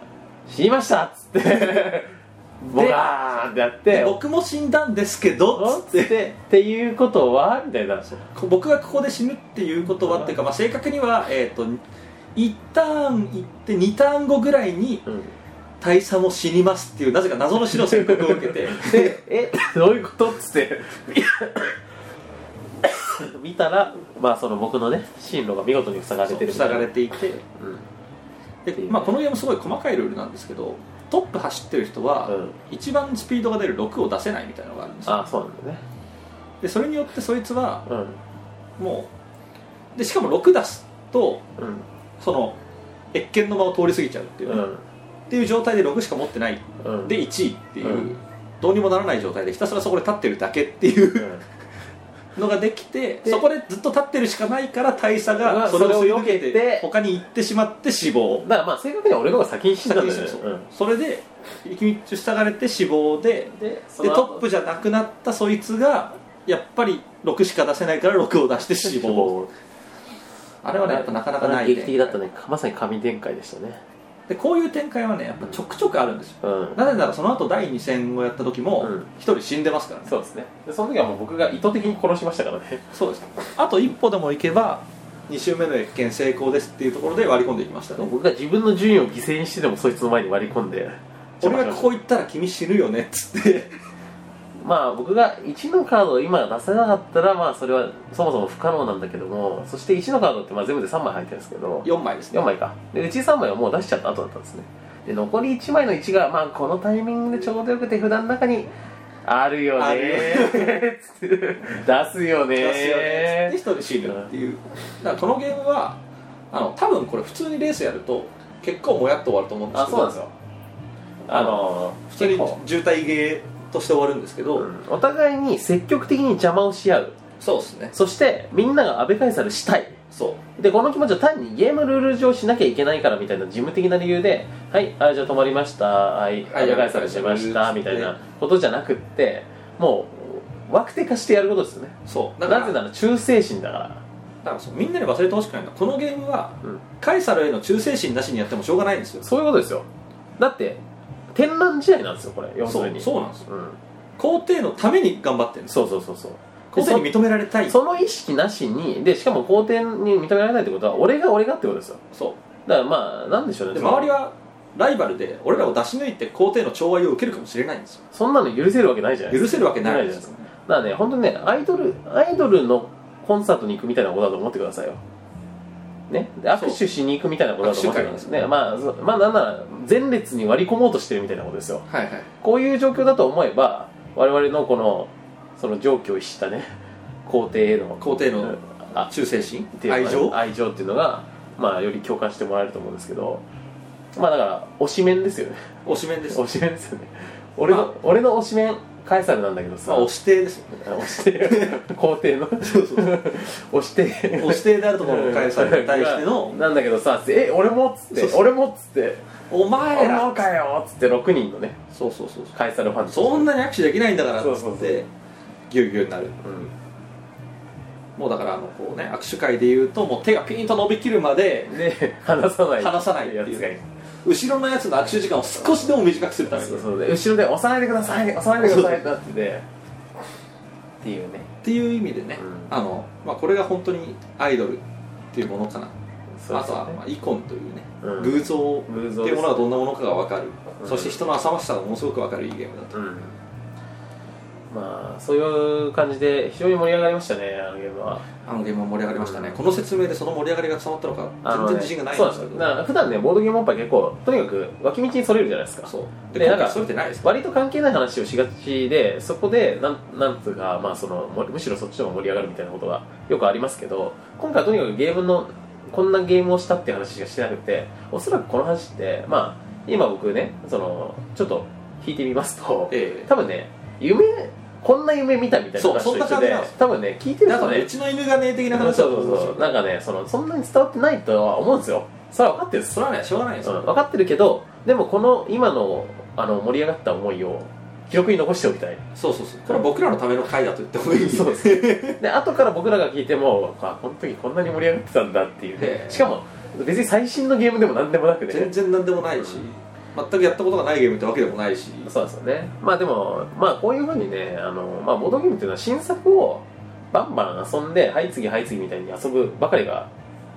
Speaker 2: 死にました!」っつってボガーンってやっ
Speaker 3: で
Speaker 2: て
Speaker 3: 僕も死んだんですけ
Speaker 2: お
Speaker 3: ど
Speaker 2: っつって「っていうことは?」みたいな
Speaker 3: こ僕がここで死ぬっていうことはっていうか、まあ、正確にはえっ、と1ターン行って2ターン後ぐらいに
Speaker 2: うん
Speaker 3: 大佐も死にますっていうなぜか謎の死の宣告を受けて
Speaker 2: で「えどういうこと?」っつって 見たらまあその僕のね進路が見事に塞がれてるみた
Speaker 3: 塞
Speaker 2: いな
Speaker 3: がれていて
Speaker 2: うん
Speaker 3: で、まあ、このゲームすごい細かいルールなんですけどトップ走ってる人は、
Speaker 2: うん
Speaker 3: 一番スピードが出る6を出せないみたいなのがあるんですよ
Speaker 2: あそうなんだよね
Speaker 3: でそれによってそいつは
Speaker 2: う
Speaker 3: もうでしかも6出すと
Speaker 2: んうん
Speaker 3: その越見の間を通り過ぎちゃうっていうう、
Speaker 2: ん
Speaker 3: っていう状態で6しか持ってない
Speaker 2: うん
Speaker 3: で1位っていう、
Speaker 2: うん
Speaker 3: どうにもならない状態でひたすらそこで立ってるだけっていううんのができて
Speaker 2: で
Speaker 3: そこでずっと立ってるしかないから大佐が
Speaker 2: うん
Speaker 3: それを
Speaker 2: それを
Speaker 3: 避け
Speaker 2: 避け
Speaker 3: て
Speaker 2: て
Speaker 3: 他に行ってしまって死亡
Speaker 2: だからまあ正確には俺の方が先に死んだんだよね
Speaker 3: そう
Speaker 2: うん
Speaker 3: それで行き道塞がれて死亡で
Speaker 2: でそ
Speaker 3: で
Speaker 2: の
Speaker 3: トップじゃなくなったそいつがやっぱり6しか出せないから6を出して死亡 あ
Speaker 2: あ
Speaker 3: れはねやっぱなかなかない
Speaker 2: 劇的だったねまさに神展開でしたね
Speaker 3: でこういう展開はねやっぱちょくちょくあるんですよ
Speaker 2: うん
Speaker 3: なぜならその後第2戦をやった時も
Speaker 2: うん
Speaker 3: 一人死んでますからね、
Speaker 2: そうですねでその時はもう僕が意図的に殺しましたからね
Speaker 3: そうですあと一歩でも行けば2周目の越見成功ですっていうところで割り込んでいきました ね
Speaker 2: 僕が自分の順位を犠牲にしてでもそいつの前に割り込んで
Speaker 3: 俺がここ行ったら君死ぬよねっつって
Speaker 2: まあ僕が1のカードを今出せなかったらまあそれはそもそも不可能なんだけどもそして1のカードってまあ全部で3枚入ってるんですけど
Speaker 3: 4枚ですね
Speaker 2: 4枚かでうち3枚はもう出しちゃった後だったんですねで残り1枚の1がまあこのタイミングでちょうどよく手札の中にあるよ
Speaker 3: あ
Speaker 2: ねー つって出すよね
Speaker 3: 出
Speaker 2: ー
Speaker 3: すよねっつって一人死ぬっていうだからこのゲームはあの多分これ普通にレースやると結構もやっと終わると思うんです
Speaker 2: あ
Speaker 3: け
Speaker 2: そ
Speaker 3: ど
Speaker 2: うなんですよあの
Speaker 3: 普通
Speaker 2: 結
Speaker 3: に
Speaker 2: 構、
Speaker 3: 渋滞芸として終わるんですけど、
Speaker 2: うんお互いに積極的に邪魔をし合う
Speaker 3: そうですね
Speaker 2: そしてみんなが安倍カイサルしたい
Speaker 3: そ
Speaker 2: でこの気持ちは単にゲームルール上しなきゃいけないからみたいな事務的な理由で「はいあじゃあ止まりましたはい
Speaker 3: はい
Speaker 2: 安倍カイサルしました」みたい
Speaker 3: ね
Speaker 2: なことじゃなくってもうワクテ化してやることですよね
Speaker 3: うそう
Speaker 2: な
Speaker 3: だから
Speaker 2: ぜなら忠誠心だから
Speaker 3: だからそうみんなに忘れてほしくないのはこのゲームは、
Speaker 2: うん
Speaker 3: カイサルへの忠誠心なしにやってもしょうがないんですよ
Speaker 2: そういうことですよだって天覧試合なんですよこれ要す
Speaker 3: そ
Speaker 2: る
Speaker 3: う
Speaker 2: に
Speaker 3: そうなんですよ
Speaker 2: うん、
Speaker 3: 皇帝のために頑張ってるんです
Speaker 2: そうそうそうそう
Speaker 3: 皇帝に認められたい
Speaker 2: その意識なしにでしかも皇帝に認められないってことは俺が俺がってことですよ
Speaker 3: そ
Speaker 2: だからまあなんでしょう
Speaker 3: う
Speaker 2: ね
Speaker 3: で
Speaker 2: その
Speaker 3: 周りはライバルで俺らを出し抜いて皇帝の寵愛を受けるかもしれないんですよ
Speaker 2: そんなの許せるわけないじゃないです
Speaker 3: 許
Speaker 2: か
Speaker 3: せるわけない
Speaker 2: ない
Speaker 3: で
Speaker 2: じゃない
Speaker 3: す
Speaker 2: です
Speaker 3: よね
Speaker 2: だからね本当にねアイドルアイドルのコンサートに行くみたいなことだと思ってくださいよね、で
Speaker 3: そう
Speaker 2: 握手しに行くみたいなことだと思ってください
Speaker 3: 握手会
Speaker 2: ねまあ、そうまあなんなら前列に割り込もうとしてるみたいなことですよ
Speaker 3: はいはい
Speaker 2: こういう状況だと思えば我々のこのその状況を逸したね 皇帝への
Speaker 3: 皇帝の
Speaker 2: あ
Speaker 3: 忠誠心
Speaker 2: っていう
Speaker 3: 愛情
Speaker 2: まあ愛情っていうのがまあより共感してもらえると思うんですけどまあだから推しメンですよね
Speaker 3: 推しメンです
Speaker 2: 推しメンですよね俺の、
Speaker 3: まあ
Speaker 2: 俺の推しメンカエサルなんだけどさ、
Speaker 3: まあ推し帝ですよね
Speaker 2: 押して皇帝の押して
Speaker 3: 推し帝であるところのカイサルに対しての
Speaker 2: なんだけどさ「え俺も」っつって
Speaker 3: そ
Speaker 2: 「
Speaker 3: うそう
Speaker 2: 俺も」っつって
Speaker 3: 「
Speaker 2: 「
Speaker 3: お前
Speaker 2: 俺
Speaker 3: ら
Speaker 2: もかよ」っつって6人のね」
Speaker 3: そうそうそう
Speaker 2: カエサルファン
Speaker 3: そん
Speaker 2: な
Speaker 3: なに握手できないんだから」っ
Speaker 2: そう
Speaker 3: つ
Speaker 2: そうそう
Speaker 3: ってギュウギュウになるもうだからあのこうね握手会で言うともう手がピーンと伸びきるまで
Speaker 2: で話さない
Speaker 3: 離さないっていう
Speaker 2: やつがいる
Speaker 3: 後ろのやつの握手時間を少しでも短くするために
Speaker 2: そう
Speaker 3: っ
Speaker 2: そうで後ろで「押さないでください押さないでください」ってなっててっていうね
Speaker 3: ていう意味でね、
Speaker 2: うん
Speaker 3: あのまあ、これが本当にアイドルっていうものかな、
Speaker 2: そう
Speaker 3: あと
Speaker 2: そう
Speaker 3: はまあイコンというね、
Speaker 2: うん
Speaker 3: 偶像っ
Speaker 2: 偶
Speaker 3: て
Speaker 2: 像
Speaker 3: いう
Speaker 2: で
Speaker 3: も
Speaker 2: す
Speaker 3: のがどんなものかが分かる、
Speaker 2: うん
Speaker 3: そして人の浅ましさがものすごく分かるいいゲームだと、
Speaker 2: うんまあそういう感じで非常に盛り上がりましたねあのゲームは
Speaker 3: あのゲームは盛り上がりましたね、
Speaker 2: うん
Speaker 3: この説明でその盛り上がりが伝わったのか
Speaker 2: あ
Speaker 3: 全
Speaker 2: の
Speaker 3: 然
Speaker 2: ね
Speaker 3: 自信がないん
Speaker 2: そう
Speaker 3: で
Speaker 2: なんですよ
Speaker 3: すけど
Speaker 2: だから普段ねボードゲームおっぱい結構とにかく脇道にそれるじゃないですか
Speaker 3: そうで
Speaker 2: で
Speaker 3: 今
Speaker 2: なん
Speaker 3: 回
Speaker 2: か
Speaker 3: それてないです
Speaker 2: 割と関係ない話をしがちでそこでなんなんつうか、まあ、そのもむしろそっちの方が盛り上がるみたいなことがよくありますけど今回はとにかくゲームのこんなゲームをしたっていう話しかしてなくておそらくこの話って、まあ、今僕ねそのちょっと引いてみますと
Speaker 3: え
Speaker 2: 多分ね夢こんな夢見たみたいな話
Speaker 3: そ
Speaker 2: と
Speaker 3: うそんな
Speaker 2: 一緒
Speaker 3: 感じ
Speaker 2: で
Speaker 3: なんです
Speaker 2: 多分ね聞いて
Speaker 3: え
Speaker 2: る
Speaker 3: なん
Speaker 2: 人
Speaker 3: かねう
Speaker 2: ね
Speaker 3: ちの犬がね的な
Speaker 2: そう
Speaker 3: 話だ
Speaker 2: そ
Speaker 3: と
Speaker 2: う
Speaker 3: 思うんですよ
Speaker 2: そうなんかねそのそんなに伝わってないとは思うんですよそれは分かってるんです
Speaker 3: それはねしょうがないですよ、
Speaker 2: うん、分かってるけどでもこの今のあの盛り上がった思いを記録に残しておきたい
Speaker 3: そうそうそうこれは僕らのための回だと言ってもいい
Speaker 2: そうですで後から僕らが聞いてもあこの時こんなに盛り上がってたんだっていう
Speaker 3: へ
Speaker 2: ね
Speaker 3: え
Speaker 2: しかも別に最新のゲームでも何でもなく
Speaker 3: 全
Speaker 2: ね
Speaker 3: 然何でもないし全くやったことがないゲームってわけでもないし
Speaker 2: そうですよねまあでもまあこういうふうにねあの、まあ、ボードゲームっていうのは新作をバンバン遊んではい次はい次みたいに遊ぶばかりが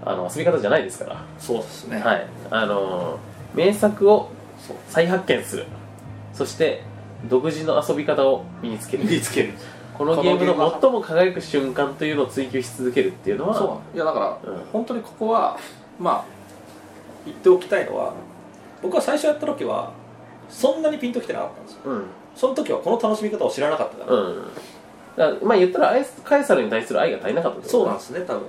Speaker 2: あの遊び方じゃないですか
Speaker 3: そうですね
Speaker 2: らはいあの名作を
Speaker 3: そう
Speaker 2: 再発見するそして独自の遊び方を身につける
Speaker 3: 見つける
Speaker 2: このゲームの最も輝く瞬間というのを追求し続けるっていうのは
Speaker 3: そういやだから、
Speaker 2: うん
Speaker 3: 本当にここはまあ言っておきたいのは僕は最初やった時はそんなにピンときてなかったんですよ
Speaker 2: うん
Speaker 3: その時はこの楽しみ方を知らなかったから、
Speaker 2: うんだからまあ言ったらアイスカエサルに対する愛が足りなかったってこと
Speaker 3: そうなんですね多分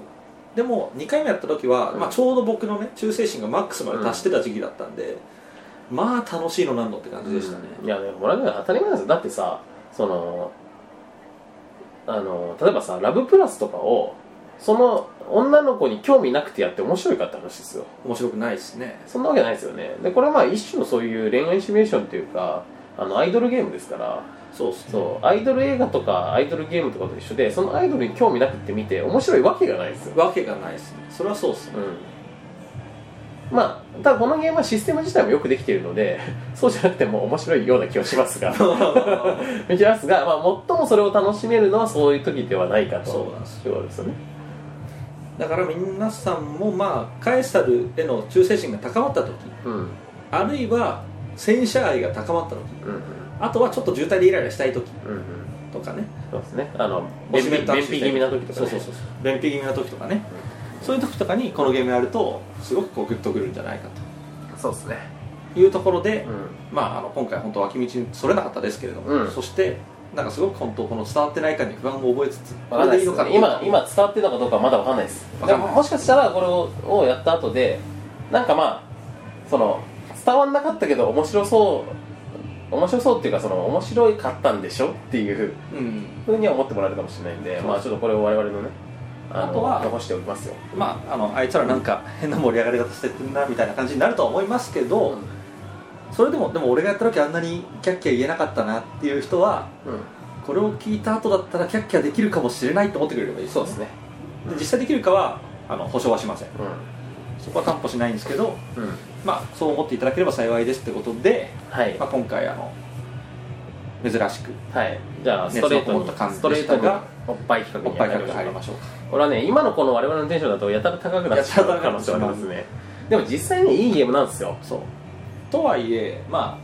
Speaker 3: でも2回目やった時は、
Speaker 2: うん
Speaker 3: まあ、ちょうど僕のね忠誠心がマックスまで達してた時期だったんで、まあ楽しいのなんのって感じでしたね、
Speaker 2: うんいやねもらえるのは当たり前なんですよだってさそのあの例えばさ「ラブプラス」とかをその女の子に興味なくてやって面白いかって話ですよ
Speaker 3: 面白くないですね
Speaker 2: そんなわけないですよねでこれはまあ一種のそういう恋愛シミュレーションというかあのアイドルゲームですから
Speaker 3: そうっすね
Speaker 2: そうアイドル映画とかアイドルゲームとかと一緒でそのアイドルに興味なくて見て面白いわけがないですよ、
Speaker 3: わけがないですねそれはそうです ね
Speaker 2: うん、まあただこのゲームはシステム自体もよくできているので そうじゃなくても面白いような気はしますが 見てますが、まあ、最もそれを楽しめるのはそういう時ではないかと
Speaker 3: そうなんです
Speaker 2: いうことですよね
Speaker 3: だから皆さんもまあカエサルへの忠誠心が高まった時
Speaker 2: うんうん
Speaker 3: あるいは戦車愛が高まった時
Speaker 2: うん
Speaker 3: あとはちょっと渋滞でイライラしたい時
Speaker 2: うんうん
Speaker 3: とかね
Speaker 2: そうですねあの便秘
Speaker 3: もし
Speaker 2: 便秘気味な時とか、ね、
Speaker 3: そうそうそうそう便秘気味な時とかね、そういう時とかにこのゲームやるとすごくこうグッとくるんじゃないか
Speaker 2: そうですね
Speaker 3: というところで、
Speaker 2: う
Speaker 3: まああの今回本当脇道にそれなかったですけれども、
Speaker 2: うん
Speaker 3: そしてなんかすごく本当この伝わってない感に不安を覚えつつ
Speaker 2: んわかんないです
Speaker 3: これでいいのか
Speaker 2: 今今伝わってるのかどうかはまだわかんないです
Speaker 3: わかんない
Speaker 2: でももしかしたらこれををやった後でなんかまあその伝わんなかったけど面白そう面白そうっていうかその面白いかったんでしょっていう
Speaker 3: うん
Speaker 2: ふうには思ってもらえるかもしれないんで、
Speaker 3: そう
Speaker 2: まあちょっとこれを我々のねの
Speaker 3: あとは
Speaker 2: 残しておきますよ
Speaker 3: まああのあいつらなんか変な盛り上がり方してってんなみたいな感じになるとは思いますけど、
Speaker 2: うん
Speaker 3: それでもでも俺がやった時あんなにキャッキャ言えなかったなっていう人はこれを聞いた後だったらキャッキャできるかもしれないと思ってくれればいい
Speaker 2: そうですね
Speaker 3: で実際できるかはあの保証はしません
Speaker 2: う
Speaker 3: そこは担保しないんですけど、
Speaker 2: ん、うん、
Speaker 3: まあ、そう思っていただければ幸いですってことで、
Speaker 2: はい
Speaker 3: まあ、今回あの珍しく
Speaker 2: はいじゃあストレート
Speaker 3: 熱のこもった
Speaker 2: に
Speaker 3: 感じ
Speaker 2: ストレート
Speaker 3: でした
Speaker 2: が
Speaker 3: が
Speaker 2: おっぱい企画
Speaker 3: おっ
Speaker 2: に
Speaker 3: ぱい
Speaker 2: やって
Speaker 3: 客
Speaker 2: み
Speaker 3: 入りま
Speaker 2: しょ
Speaker 3: しょうか
Speaker 2: うこれはね今のこの我々のテンションだとやたら高くなっちゃう可能性はありますねでも実際にいいゲームなんですよ
Speaker 3: そうとはいえま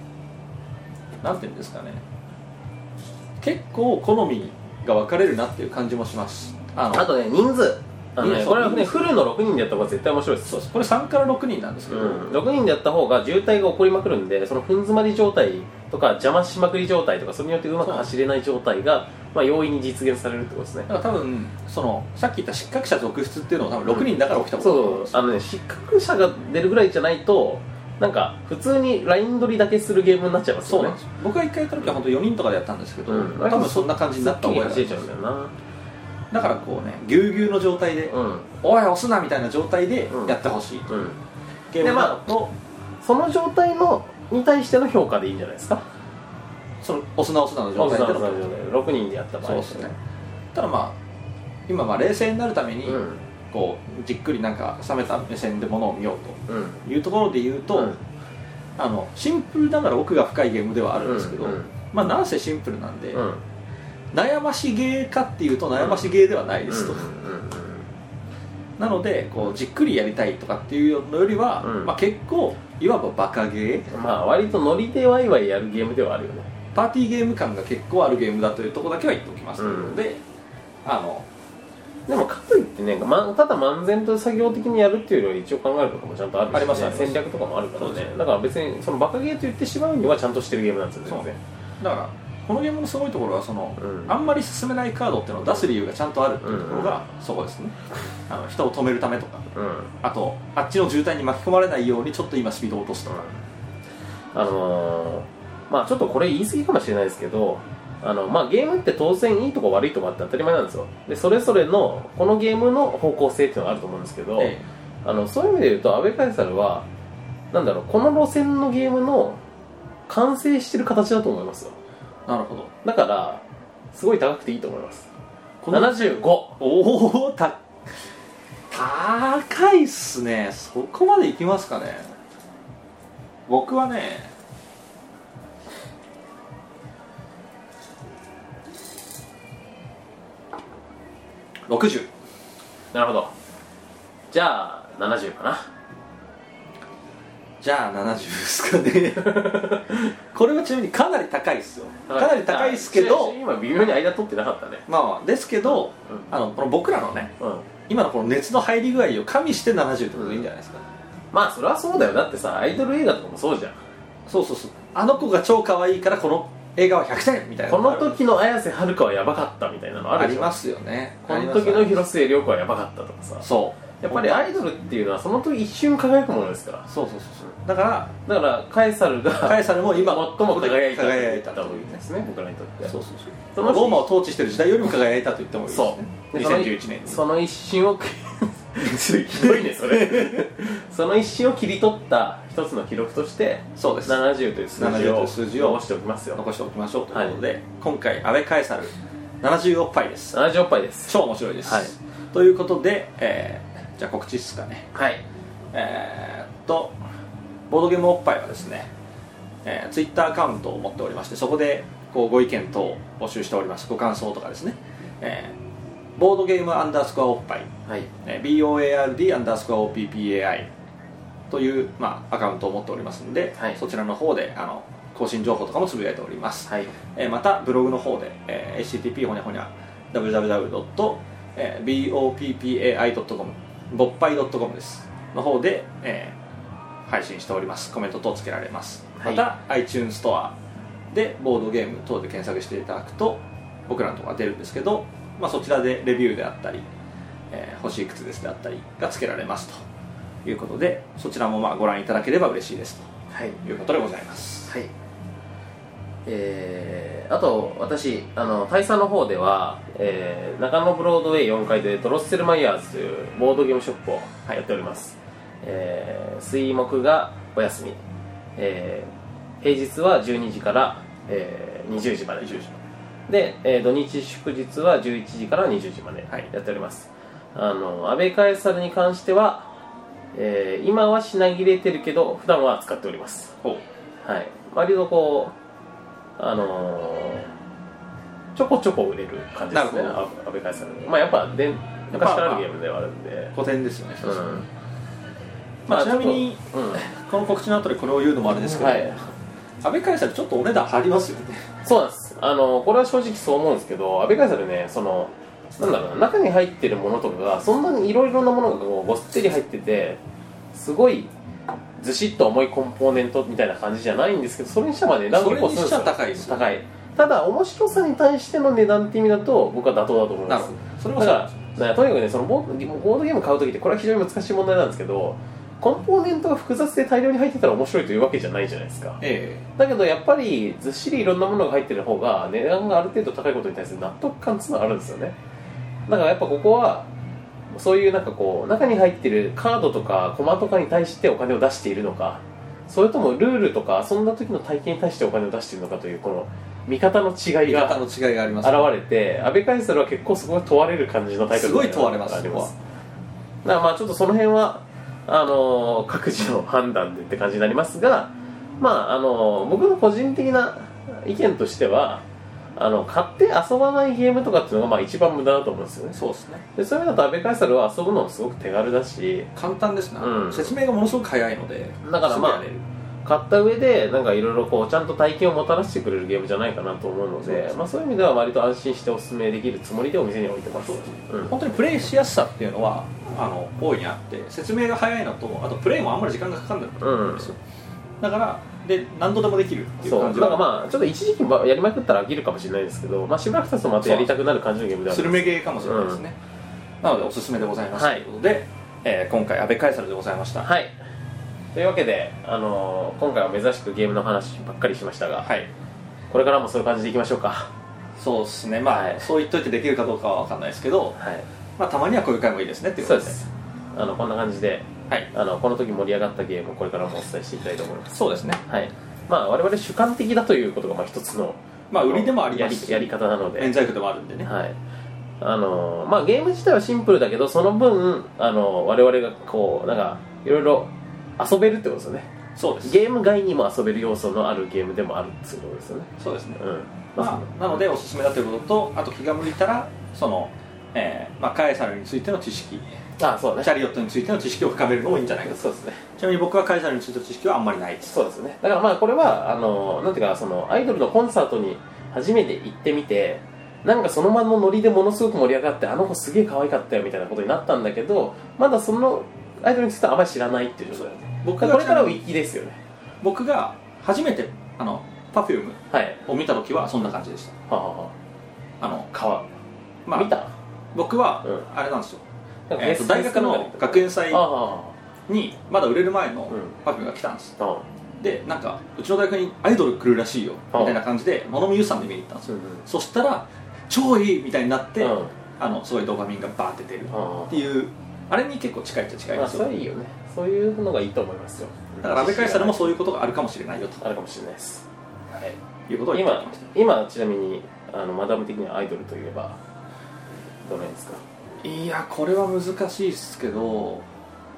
Speaker 3: あなんていうんですかね結構好みが分かれるなっていう感じもしますあの
Speaker 2: あとね人数あの
Speaker 3: 人
Speaker 2: ね
Speaker 3: 数
Speaker 2: これはね
Speaker 3: 人数
Speaker 2: フルの6人でやった方が絶対面白いです
Speaker 3: そうですこれ3から6人なんですけ
Speaker 2: う
Speaker 3: ど、
Speaker 2: ん、6人でやった方が渋滞が起こりまくるんでその踏ん詰まり状態とか邪魔しまくり状態とかそれによってうまく走れない状態が、まあ、容易に実現されるってことですね
Speaker 3: だから多分そのさっき言った失格者続出っていうのは多分6人だから起きた
Speaker 2: そうそ
Speaker 3: ことだと思ん
Speaker 2: う
Speaker 3: ですよ
Speaker 2: あのね失格者が出るぐらいじゃないとなんか普通にライン取りだけするゲームになっちゃいます
Speaker 3: そ
Speaker 2: よ
Speaker 3: う
Speaker 2: ね
Speaker 3: なんですよ僕が1回やった時は本当4人とかでやったんですけど、
Speaker 2: うん
Speaker 3: 多分そんな感じになっ
Speaker 2: す
Speaker 3: た
Speaker 2: っき
Speaker 3: 覚
Speaker 2: り
Speaker 3: えがあ
Speaker 2: 走れち
Speaker 3: ります
Speaker 2: ゃうんだよな
Speaker 3: だからこうねぎゅうぎゅうの状態で、
Speaker 2: うん
Speaker 3: おい押すなみたいな状態でやってほしい、
Speaker 2: うん
Speaker 3: ゲームだと、
Speaker 2: その状態のに対しての評価でいいんじゃないですか
Speaker 3: その押すな押すなの状
Speaker 2: 奥
Speaker 3: 態
Speaker 2: さんの
Speaker 3: で
Speaker 2: 状態6人でやった場合
Speaker 3: そうですねただまあ今まあ冷静になるために、
Speaker 2: うん
Speaker 3: こうじっくりなんか冷めた目線でものを見よう
Speaker 2: うん
Speaker 3: というところで言うと、
Speaker 2: うん
Speaker 3: あのシンプルながら奥が深いゲームではあるんですけど、
Speaker 2: うんうん
Speaker 3: まあなんせシンプルなんで、
Speaker 2: うん
Speaker 3: 悩ましゲーかっていうと悩ましゲーではないですと、
Speaker 2: うんうんうん
Speaker 3: なのでこうじっくりやりたいとかっていうのよりは、
Speaker 2: うん
Speaker 3: まあ、結構いわばバカゲー
Speaker 2: まあ割とノリでワイワイやるゲームではあるよね
Speaker 3: パーティーゲーム感が結構あるゲームだというところだけは言っておきますので、あの
Speaker 2: でもかといってね、ま、ただ漫然と作業的にやるっていうよりは一応考えることもちゃんとあるし、ね、
Speaker 3: ありますあります
Speaker 2: 戦略とかもあるから
Speaker 3: そうで
Speaker 2: ねだから別にそのバカゲーと言ってしまうにはちゃんとしてるゲームなんですよ全然
Speaker 3: だからこのゲームのすごいところはその、
Speaker 2: うん
Speaker 3: あんまり進めないカードっていうのを出す理由がちゃんとあるっていうところがそこですね、あの人を止めるためとか
Speaker 2: うん、
Speaker 3: あとあっちの渋滞に巻き込まれないようにちょっと今スピードを落とすとか、
Speaker 2: あのーまあちょっとこれ言い過ぎかもしれないですけどあのまあ、ゲームって当然いいとこ悪いとこあって当たり前なんですよでそれぞれのこのゲームの方向性っていうのがあると思うんですけど、
Speaker 3: ええ
Speaker 2: あのそういう意味で言うと安倍カエサルはなんだろうこの路線のゲームの完成してる形だと思いますよ
Speaker 3: なるほど
Speaker 2: だからすごい高くていいと思います
Speaker 3: この
Speaker 2: 75こ
Speaker 3: おおた高いっすねそこまでいきますかね僕はね60
Speaker 2: なるほどじゃあ70かな
Speaker 3: じゃあ70ですかね これはちなみにかなり高いっすよかなり高いっすけ
Speaker 2: あ
Speaker 3: ど
Speaker 2: 今微妙に間取ってなかったね
Speaker 3: まあまあですけど、
Speaker 2: うん
Speaker 3: あのこの僕らのね
Speaker 2: うん
Speaker 3: 今のこの熱の入り具合を加味して70ってことでいいんじゃないですか、
Speaker 2: まあそれはそうだよだってさアイドル映画とかもそうじゃん
Speaker 3: そうそうそうあの子が超可愛いからこの映画は100点みたいな
Speaker 2: この時の綾瀬はるかはやばかったみたいなのあ
Speaker 3: あ
Speaker 2: る
Speaker 3: り
Speaker 2: じゃん
Speaker 3: ますよね
Speaker 2: この時の
Speaker 3: ありま
Speaker 2: 広末涼子はやばかったとかさ
Speaker 3: すそ
Speaker 2: やっぱりアイドルっていうのはその時一瞬輝くものですから
Speaker 3: うそうそうそうそうだから
Speaker 2: だからカエサルが
Speaker 3: カエサルも今
Speaker 2: 最も輝いた
Speaker 3: 輝いた
Speaker 2: というですね僕らにとって
Speaker 3: そうそう
Speaker 2: そ
Speaker 3: そう
Speaker 2: の
Speaker 3: ローマを統治してる時代よりも輝いたと言ってもいいですね
Speaker 2: そう
Speaker 3: 2011年に
Speaker 2: その一瞬をひどいねそれ その一瞬を切り取った一つの記録として
Speaker 3: そうです
Speaker 2: 70という数字
Speaker 3: 70とい
Speaker 2: を
Speaker 3: う数字を
Speaker 2: 残しておきますよ
Speaker 3: 残しておきましょうということで、今回安倍カエサル70おっぱいです
Speaker 2: 70おっぱいです
Speaker 3: 超面白いです、
Speaker 2: はい
Speaker 3: ということで、えーじゃあ告知っすかね
Speaker 2: はい
Speaker 3: えーっとボードゲームおっぱいはですね、えー、ツイッターアカウントを持っておりましてそこでこうご意見等を募集しておりますご感想とかですね、えーボードゲームアンダースコアおっぱい、
Speaker 2: はい
Speaker 3: えー BOARD アンダースコア OPPAI という、まあ、アカウントを持っておりますので、
Speaker 2: はい
Speaker 3: そちらの方であの更新情報とかもつぶやいております、
Speaker 2: はい
Speaker 3: えーまたブログの方で、えー http ほにゃほにゃ www.boppai.com ぼっぱい .com ですの方で、えー配信しておりますコメント等つけられます、
Speaker 2: はい
Speaker 3: また iTunes ストアでボードゲーム等で検索していただくと僕らのところが出るんですけど、まあ、そちらでレビューであったり、えー星いくつですであったりがつけられますということでそちらもまあご覧いただければ嬉しいです
Speaker 2: はい
Speaker 3: ということでございます
Speaker 2: はいえーあと私あの大佐の方では、えー中野ブロードウェイ4階でドロッセルマイヤーズというボードゲームショップをやっております、えー水木がお休み、えー平日は12時から、えー20時まで
Speaker 3: 20時
Speaker 2: で、えー土日祝日は11時から20時まで
Speaker 3: はい
Speaker 2: やっております、あの安倍カエサルに関しては、えー今は品切れてるけど普段は使っております
Speaker 3: ほう
Speaker 2: はい、割とこう、あのーちょこちょこ売れる感じですね、
Speaker 3: なるほ
Speaker 2: あ安倍会さんまあやっぱで昔からあるゲームではあるんで、
Speaker 3: 古典ですよね、
Speaker 2: うん
Speaker 3: まあ、ちなみに
Speaker 2: ちょっと
Speaker 3: この告知の後でこれを言うのもあれです
Speaker 2: う
Speaker 3: け
Speaker 2: ん、
Speaker 3: ど、
Speaker 2: はい、
Speaker 3: 安倍会社でちょっとお値段張りますよね
Speaker 2: そうなんです、あのこれは正直そう思うんですけど、安倍会社でね、そのなんだろうな、中に入ってるものとかが、そんなにいろいろなものがこうごっつり入ってて、すごいずしっと重いコンポーネントみたいな感じじゃないんですけど、それにしてはね、なんか結構するんですよ
Speaker 3: それにしては高いですよ
Speaker 2: 高い。ただ、面白さに対しての値段って意味だと、僕は妥当だと思いま
Speaker 3: なる
Speaker 2: す
Speaker 3: ほ。どそ
Speaker 2: だ
Speaker 3: れ
Speaker 2: から、とにかくね、そのボードボードゲーム買うときって、これは非常に難しい問題なんですけど、コンポーネントが複雑で大量に入ってたら面白いというわけじゃないじゃないですか。
Speaker 3: ええ
Speaker 2: だけどやっぱりずっしりいろんなものが入ってる方が値段がある程度高いことに対する納得感っていうのはあるんですよねだからやっぱここはそういうなんかこう中に入ってるカードとかコマとかに対してお金を出しているのかそれともルールとか遊んだ時の体験に対してお金を出しているのかというこの見方の違い
Speaker 3: 見方
Speaker 2: が
Speaker 3: の違いがありますね
Speaker 2: 現れて安倍カエサルは結構すごい問われる感じのタイトル
Speaker 3: すごい問われます
Speaker 2: ありますだからまあちょっとその辺はあのー各自の判断でって感じになりますがまああのー僕の個人的な意見としてはあの買って遊ばないゲームとかっていうのがまあ一番無駄だと思うんですよね
Speaker 3: そうですね
Speaker 2: でそういう意味だと安倍カエサルは遊ぶのもすごく手軽だし
Speaker 3: 簡単ですね、
Speaker 2: うん
Speaker 3: 説明がものすごく早いので
Speaker 2: だからます
Speaker 3: ぐやれる
Speaker 2: あ買った上でなんかいろいろこうちゃんと体験をもたらしてくれるゲームじゃないかなと思うの
Speaker 3: そう
Speaker 2: で
Speaker 3: ですね
Speaker 2: まあ、そういう意味では割と安心してお勧めできるつもりでお店に置いてますうん
Speaker 3: 本当にプレイしやすさっていうのはあの大いにあって説明が早いのとあとプレイもあんまり時間がかかんないんですよ、だからで何度でもできるっていう
Speaker 2: そうな
Speaker 3: 感
Speaker 2: ん
Speaker 3: じ
Speaker 2: か
Speaker 3: が
Speaker 2: まあちょっと一時期やりまくったら飽きるかもしれないですけど、まあ、しばらく経つとまたやりたくなる感じのゲームであ
Speaker 3: ス
Speaker 2: る
Speaker 3: ルメゲーかもしれないですね、なのでおすすめでございますと
Speaker 2: はい
Speaker 3: いうことで、えー今回安倍カエサルでございました
Speaker 2: はいというわけで、あのー今回は珍しくゲームの話ばっかりしましたが、
Speaker 3: はい
Speaker 2: これからもそういう感じでいきましょうか
Speaker 3: そうですねまあ、
Speaker 2: はい
Speaker 3: そう言っといてできるかどうかは分かんないですけど、
Speaker 2: はい
Speaker 3: まあ、たまにはこういう回もいいですねっていうこ
Speaker 2: そう
Speaker 3: と
Speaker 2: で
Speaker 3: です
Speaker 2: あのこんな感じで
Speaker 3: はい
Speaker 2: あのこの時盛り上がったゲームをこれからもお伝えしていきたいと思います
Speaker 3: そうですね
Speaker 2: はいまあ我々主観的だということがまあ一つの
Speaker 3: まあ
Speaker 2: あの
Speaker 3: 売りでもありますし
Speaker 2: やりやり方なので
Speaker 3: 免罪符でもあるんでね、
Speaker 2: はいあのーまあ、ゲーム自体はシンプルだけどその分、あのー我々がこうなんかいろいろ遊べるってことですよね
Speaker 3: そうです
Speaker 2: ゲーム外にも遊べる要素のあるゲームでもあるっていうことですよね
Speaker 3: そうですね
Speaker 2: うん
Speaker 3: まあ、なのでおすすめだということとあと気が向いたらその、えーまあ、カエサルについての知識
Speaker 2: ああそうだ
Speaker 3: チ
Speaker 2: ね
Speaker 3: ャリオットについての知識を深めるのもいいんじゃないかと
Speaker 2: そうですね
Speaker 3: ちなみに僕はカエサルについての知識はあんまりないです
Speaker 2: そうですねだからまあこれはあのーなんていうかそのアイドルのコンサートに初めて行ってみてなんかその場のノリでものすごく盛り上がってあの子すげえ可愛かったよみたいなことになったんだけどまだそのアイドルについてはあまり知らないっていう状態だね
Speaker 3: 僕
Speaker 2: だ
Speaker 3: が
Speaker 2: からこれからはウィキですよね
Speaker 3: 僕が初めてあの Perfume
Speaker 2: はい
Speaker 3: を見た時はそんな感じでし
Speaker 2: はあはあは
Speaker 3: たあの
Speaker 2: あ川
Speaker 3: まあ
Speaker 2: 見た
Speaker 3: 僕は
Speaker 2: うん
Speaker 3: あれなんですよ、
Speaker 2: なんか
Speaker 3: えーと大学の学園祭
Speaker 2: ああ
Speaker 3: にまだ売れる前の
Speaker 2: うん
Speaker 3: Perfume が来たんです
Speaker 2: ああ
Speaker 3: でなんかうちの大学にアイドル来るらしいよみたいな感じで物見ゆさんで見に行ったんですよ
Speaker 2: うん
Speaker 3: そしたら超いいみたいになって、
Speaker 2: うん
Speaker 3: あのすごいドーパミンがバーって出る
Speaker 2: あ
Speaker 3: っていうあれに結構近いっちゃ近
Speaker 2: あ
Speaker 3: い
Speaker 2: ま
Speaker 3: で
Speaker 2: あ
Speaker 3: す
Speaker 2: そ
Speaker 3: よ
Speaker 2: れいいよねそういうのがいいと思いますよ
Speaker 3: だから安倍会社でも
Speaker 2: う
Speaker 3: そういうことがあるかもしれないよと
Speaker 2: あるかもしれないですはい
Speaker 3: いうことを言って
Speaker 2: 今今ちなみにあのマダム的にはアイドルといえばどの辺ですか
Speaker 3: いやこれは難しいですけど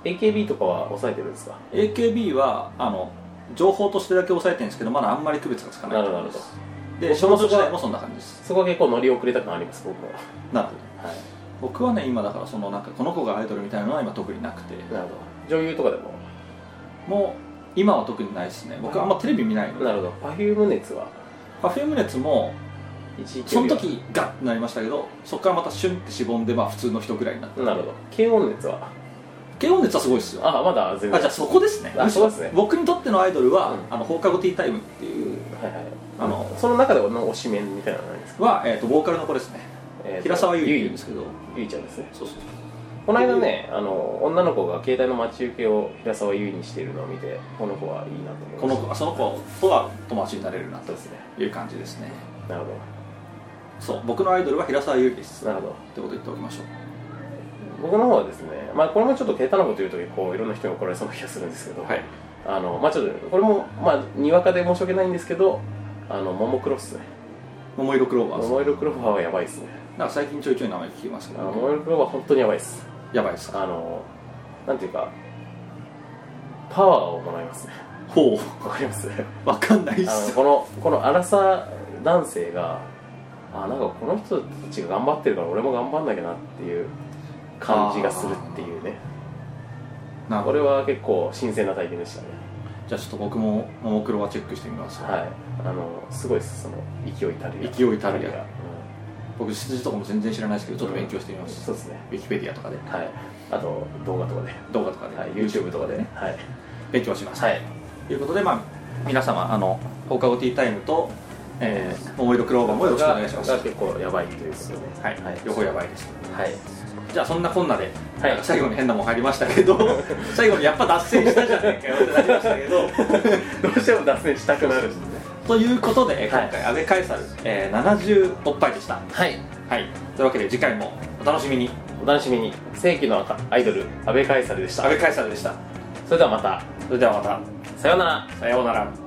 Speaker 2: AKB とかは抑えてるんですか
Speaker 3: AKB はあの情報としてだけ抑えてるんですけどまだあんまり区別がつかな
Speaker 2: な
Speaker 3: い
Speaker 2: るほど
Speaker 3: と思います
Speaker 2: 僕
Speaker 3: で
Speaker 2: も
Speaker 3: 少女
Speaker 2: そ
Speaker 3: 時
Speaker 2: こは
Speaker 3: 代もそんな感じです
Speaker 2: そこは結構乗り遅れた感あります僕は
Speaker 3: なるほど
Speaker 2: はい
Speaker 3: 僕はね今だからそのなんかこの子がアイドルみたいなのは今特になくて
Speaker 2: なるほど女優とかでも
Speaker 3: もう今は特にないですね僕はあんまテレビ見ないので
Speaker 2: なるほど Perfume 熱は
Speaker 3: Perfume 熱も
Speaker 2: 一時期
Speaker 3: そ
Speaker 2: より
Speaker 3: の
Speaker 2: は
Speaker 3: 時ガッてなりましたけどそこからまたシュンってしぼんでまあ普通の人ぐらいになった
Speaker 2: なるほど軽音熱は
Speaker 3: 軽音熱はすごいですよあ
Speaker 2: あまだ全然
Speaker 3: じゃあそこですね
Speaker 2: あそうですね
Speaker 3: 僕にとってのアイドルは、
Speaker 2: うん
Speaker 3: あの放課後ティータイムっていう
Speaker 2: はいはい
Speaker 3: あの
Speaker 2: その中での推しメンみたいなのはないですか、
Speaker 3: は、えー、とボーカルの子ですね
Speaker 2: えーと
Speaker 3: 平沢優
Speaker 2: ゆ
Speaker 3: 衣っていうん
Speaker 2: い
Speaker 3: ですけど
Speaker 2: ゆいちゃんですね
Speaker 3: そうそう
Speaker 2: この間ねあの女の子が携帯の待ち受けを平沢優にしているのを見てこの子はいいなと思いました
Speaker 3: この子その子とは友達になれるな
Speaker 2: そうですね
Speaker 3: という感じですね
Speaker 2: なるほ
Speaker 3: そう僕のアイドルは平沢優希です
Speaker 2: どなるほど
Speaker 3: ってこと言っておきましょう
Speaker 2: 僕の方はですねまあこれもちょっと下手なこと言うとこういろんな人に怒られそうな気がするんですけど、
Speaker 3: はい
Speaker 2: あのまあちょっとこれもまあにわかで申し訳ないんですけどあのモモクロっすね
Speaker 3: 桃色クローバーさん
Speaker 2: モモイルクローバーはやばいっすね
Speaker 3: なんか最近ちょいちょい名前聞きますけ
Speaker 2: あの
Speaker 3: ど
Speaker 2: モモイルクローバー本当にやばいっす
Speaker 3: やばいですか
Speaker 2: あのなんていうかパワーをもらいますね
Speaker 3: ほ
Speaker 2: わかります
Speaker 3: う わかんないっ
Speaker 2: あの
Speaker 3: す
Speaker 2: このこの荒さ男性があなんかこの人たちが頑張ってるから俺も頑張んなきゃなっていう感じがするっていうね
Speaker 3: なるほ
Speaker 2: これ
Speaker 3: ど
Speaker 2: は結構新鮮な体験でしたね
Speaker 3: じゃあちょっと僕もももクロはチェックしてみます、
Speaker 2: はいあのすごいですその勢いたるや
Speaker 3: 勢いたるや
Speaker 2: うん
Speaker 3: 僕羊とかも全然知らないですけどちょっと勉強してみます、
Speaker 2: そうですね
Speaker 3: ウィキペディアとかで
Speaker 2: はいあと動画とかで、
Speaker 3: 動画とかで、
Speaker 2: はい、YouTube とかではい、
Speaker 3: 勉強します、
Speaker 2: はい、
Speaker 3: ということでまあ皆様あの放課後ティータイムと、えー、桃色クローバーもよろしくお願いします
Speaker 2: が
Speaker 3: は
Speaker 2: 結構やばいということで
Speaker 3: い、両方やばいです
Speaker 2: はい
Speaker 3: じゃあそんなこんなで、
Speaker 2: はい
Speaker 3: 最後に変なもん入りまし たけど最後にやっぱ脱線したじゃねえかよってなりましたけど
Speaker 2: どうしても脱線したくなる
Speaker 3: ということで
Speaker 2: はい
Speaker 3: 今回阿部カエサル、えー、70おっぱいでした
Speaker 2: はい
Speaker 3: はいというわけで次回もお楽しみに
Speaker 2: お楽しみに正規の赤アイドル阿部カエサルでし
Speaker 3: 阿
Speaker 2: た
Speaker 3: 部カエサルでした
Speaker 2: それではまた
Speaker 3: それではま
Speaker 2: さようなら
Speaker 3: たさようなら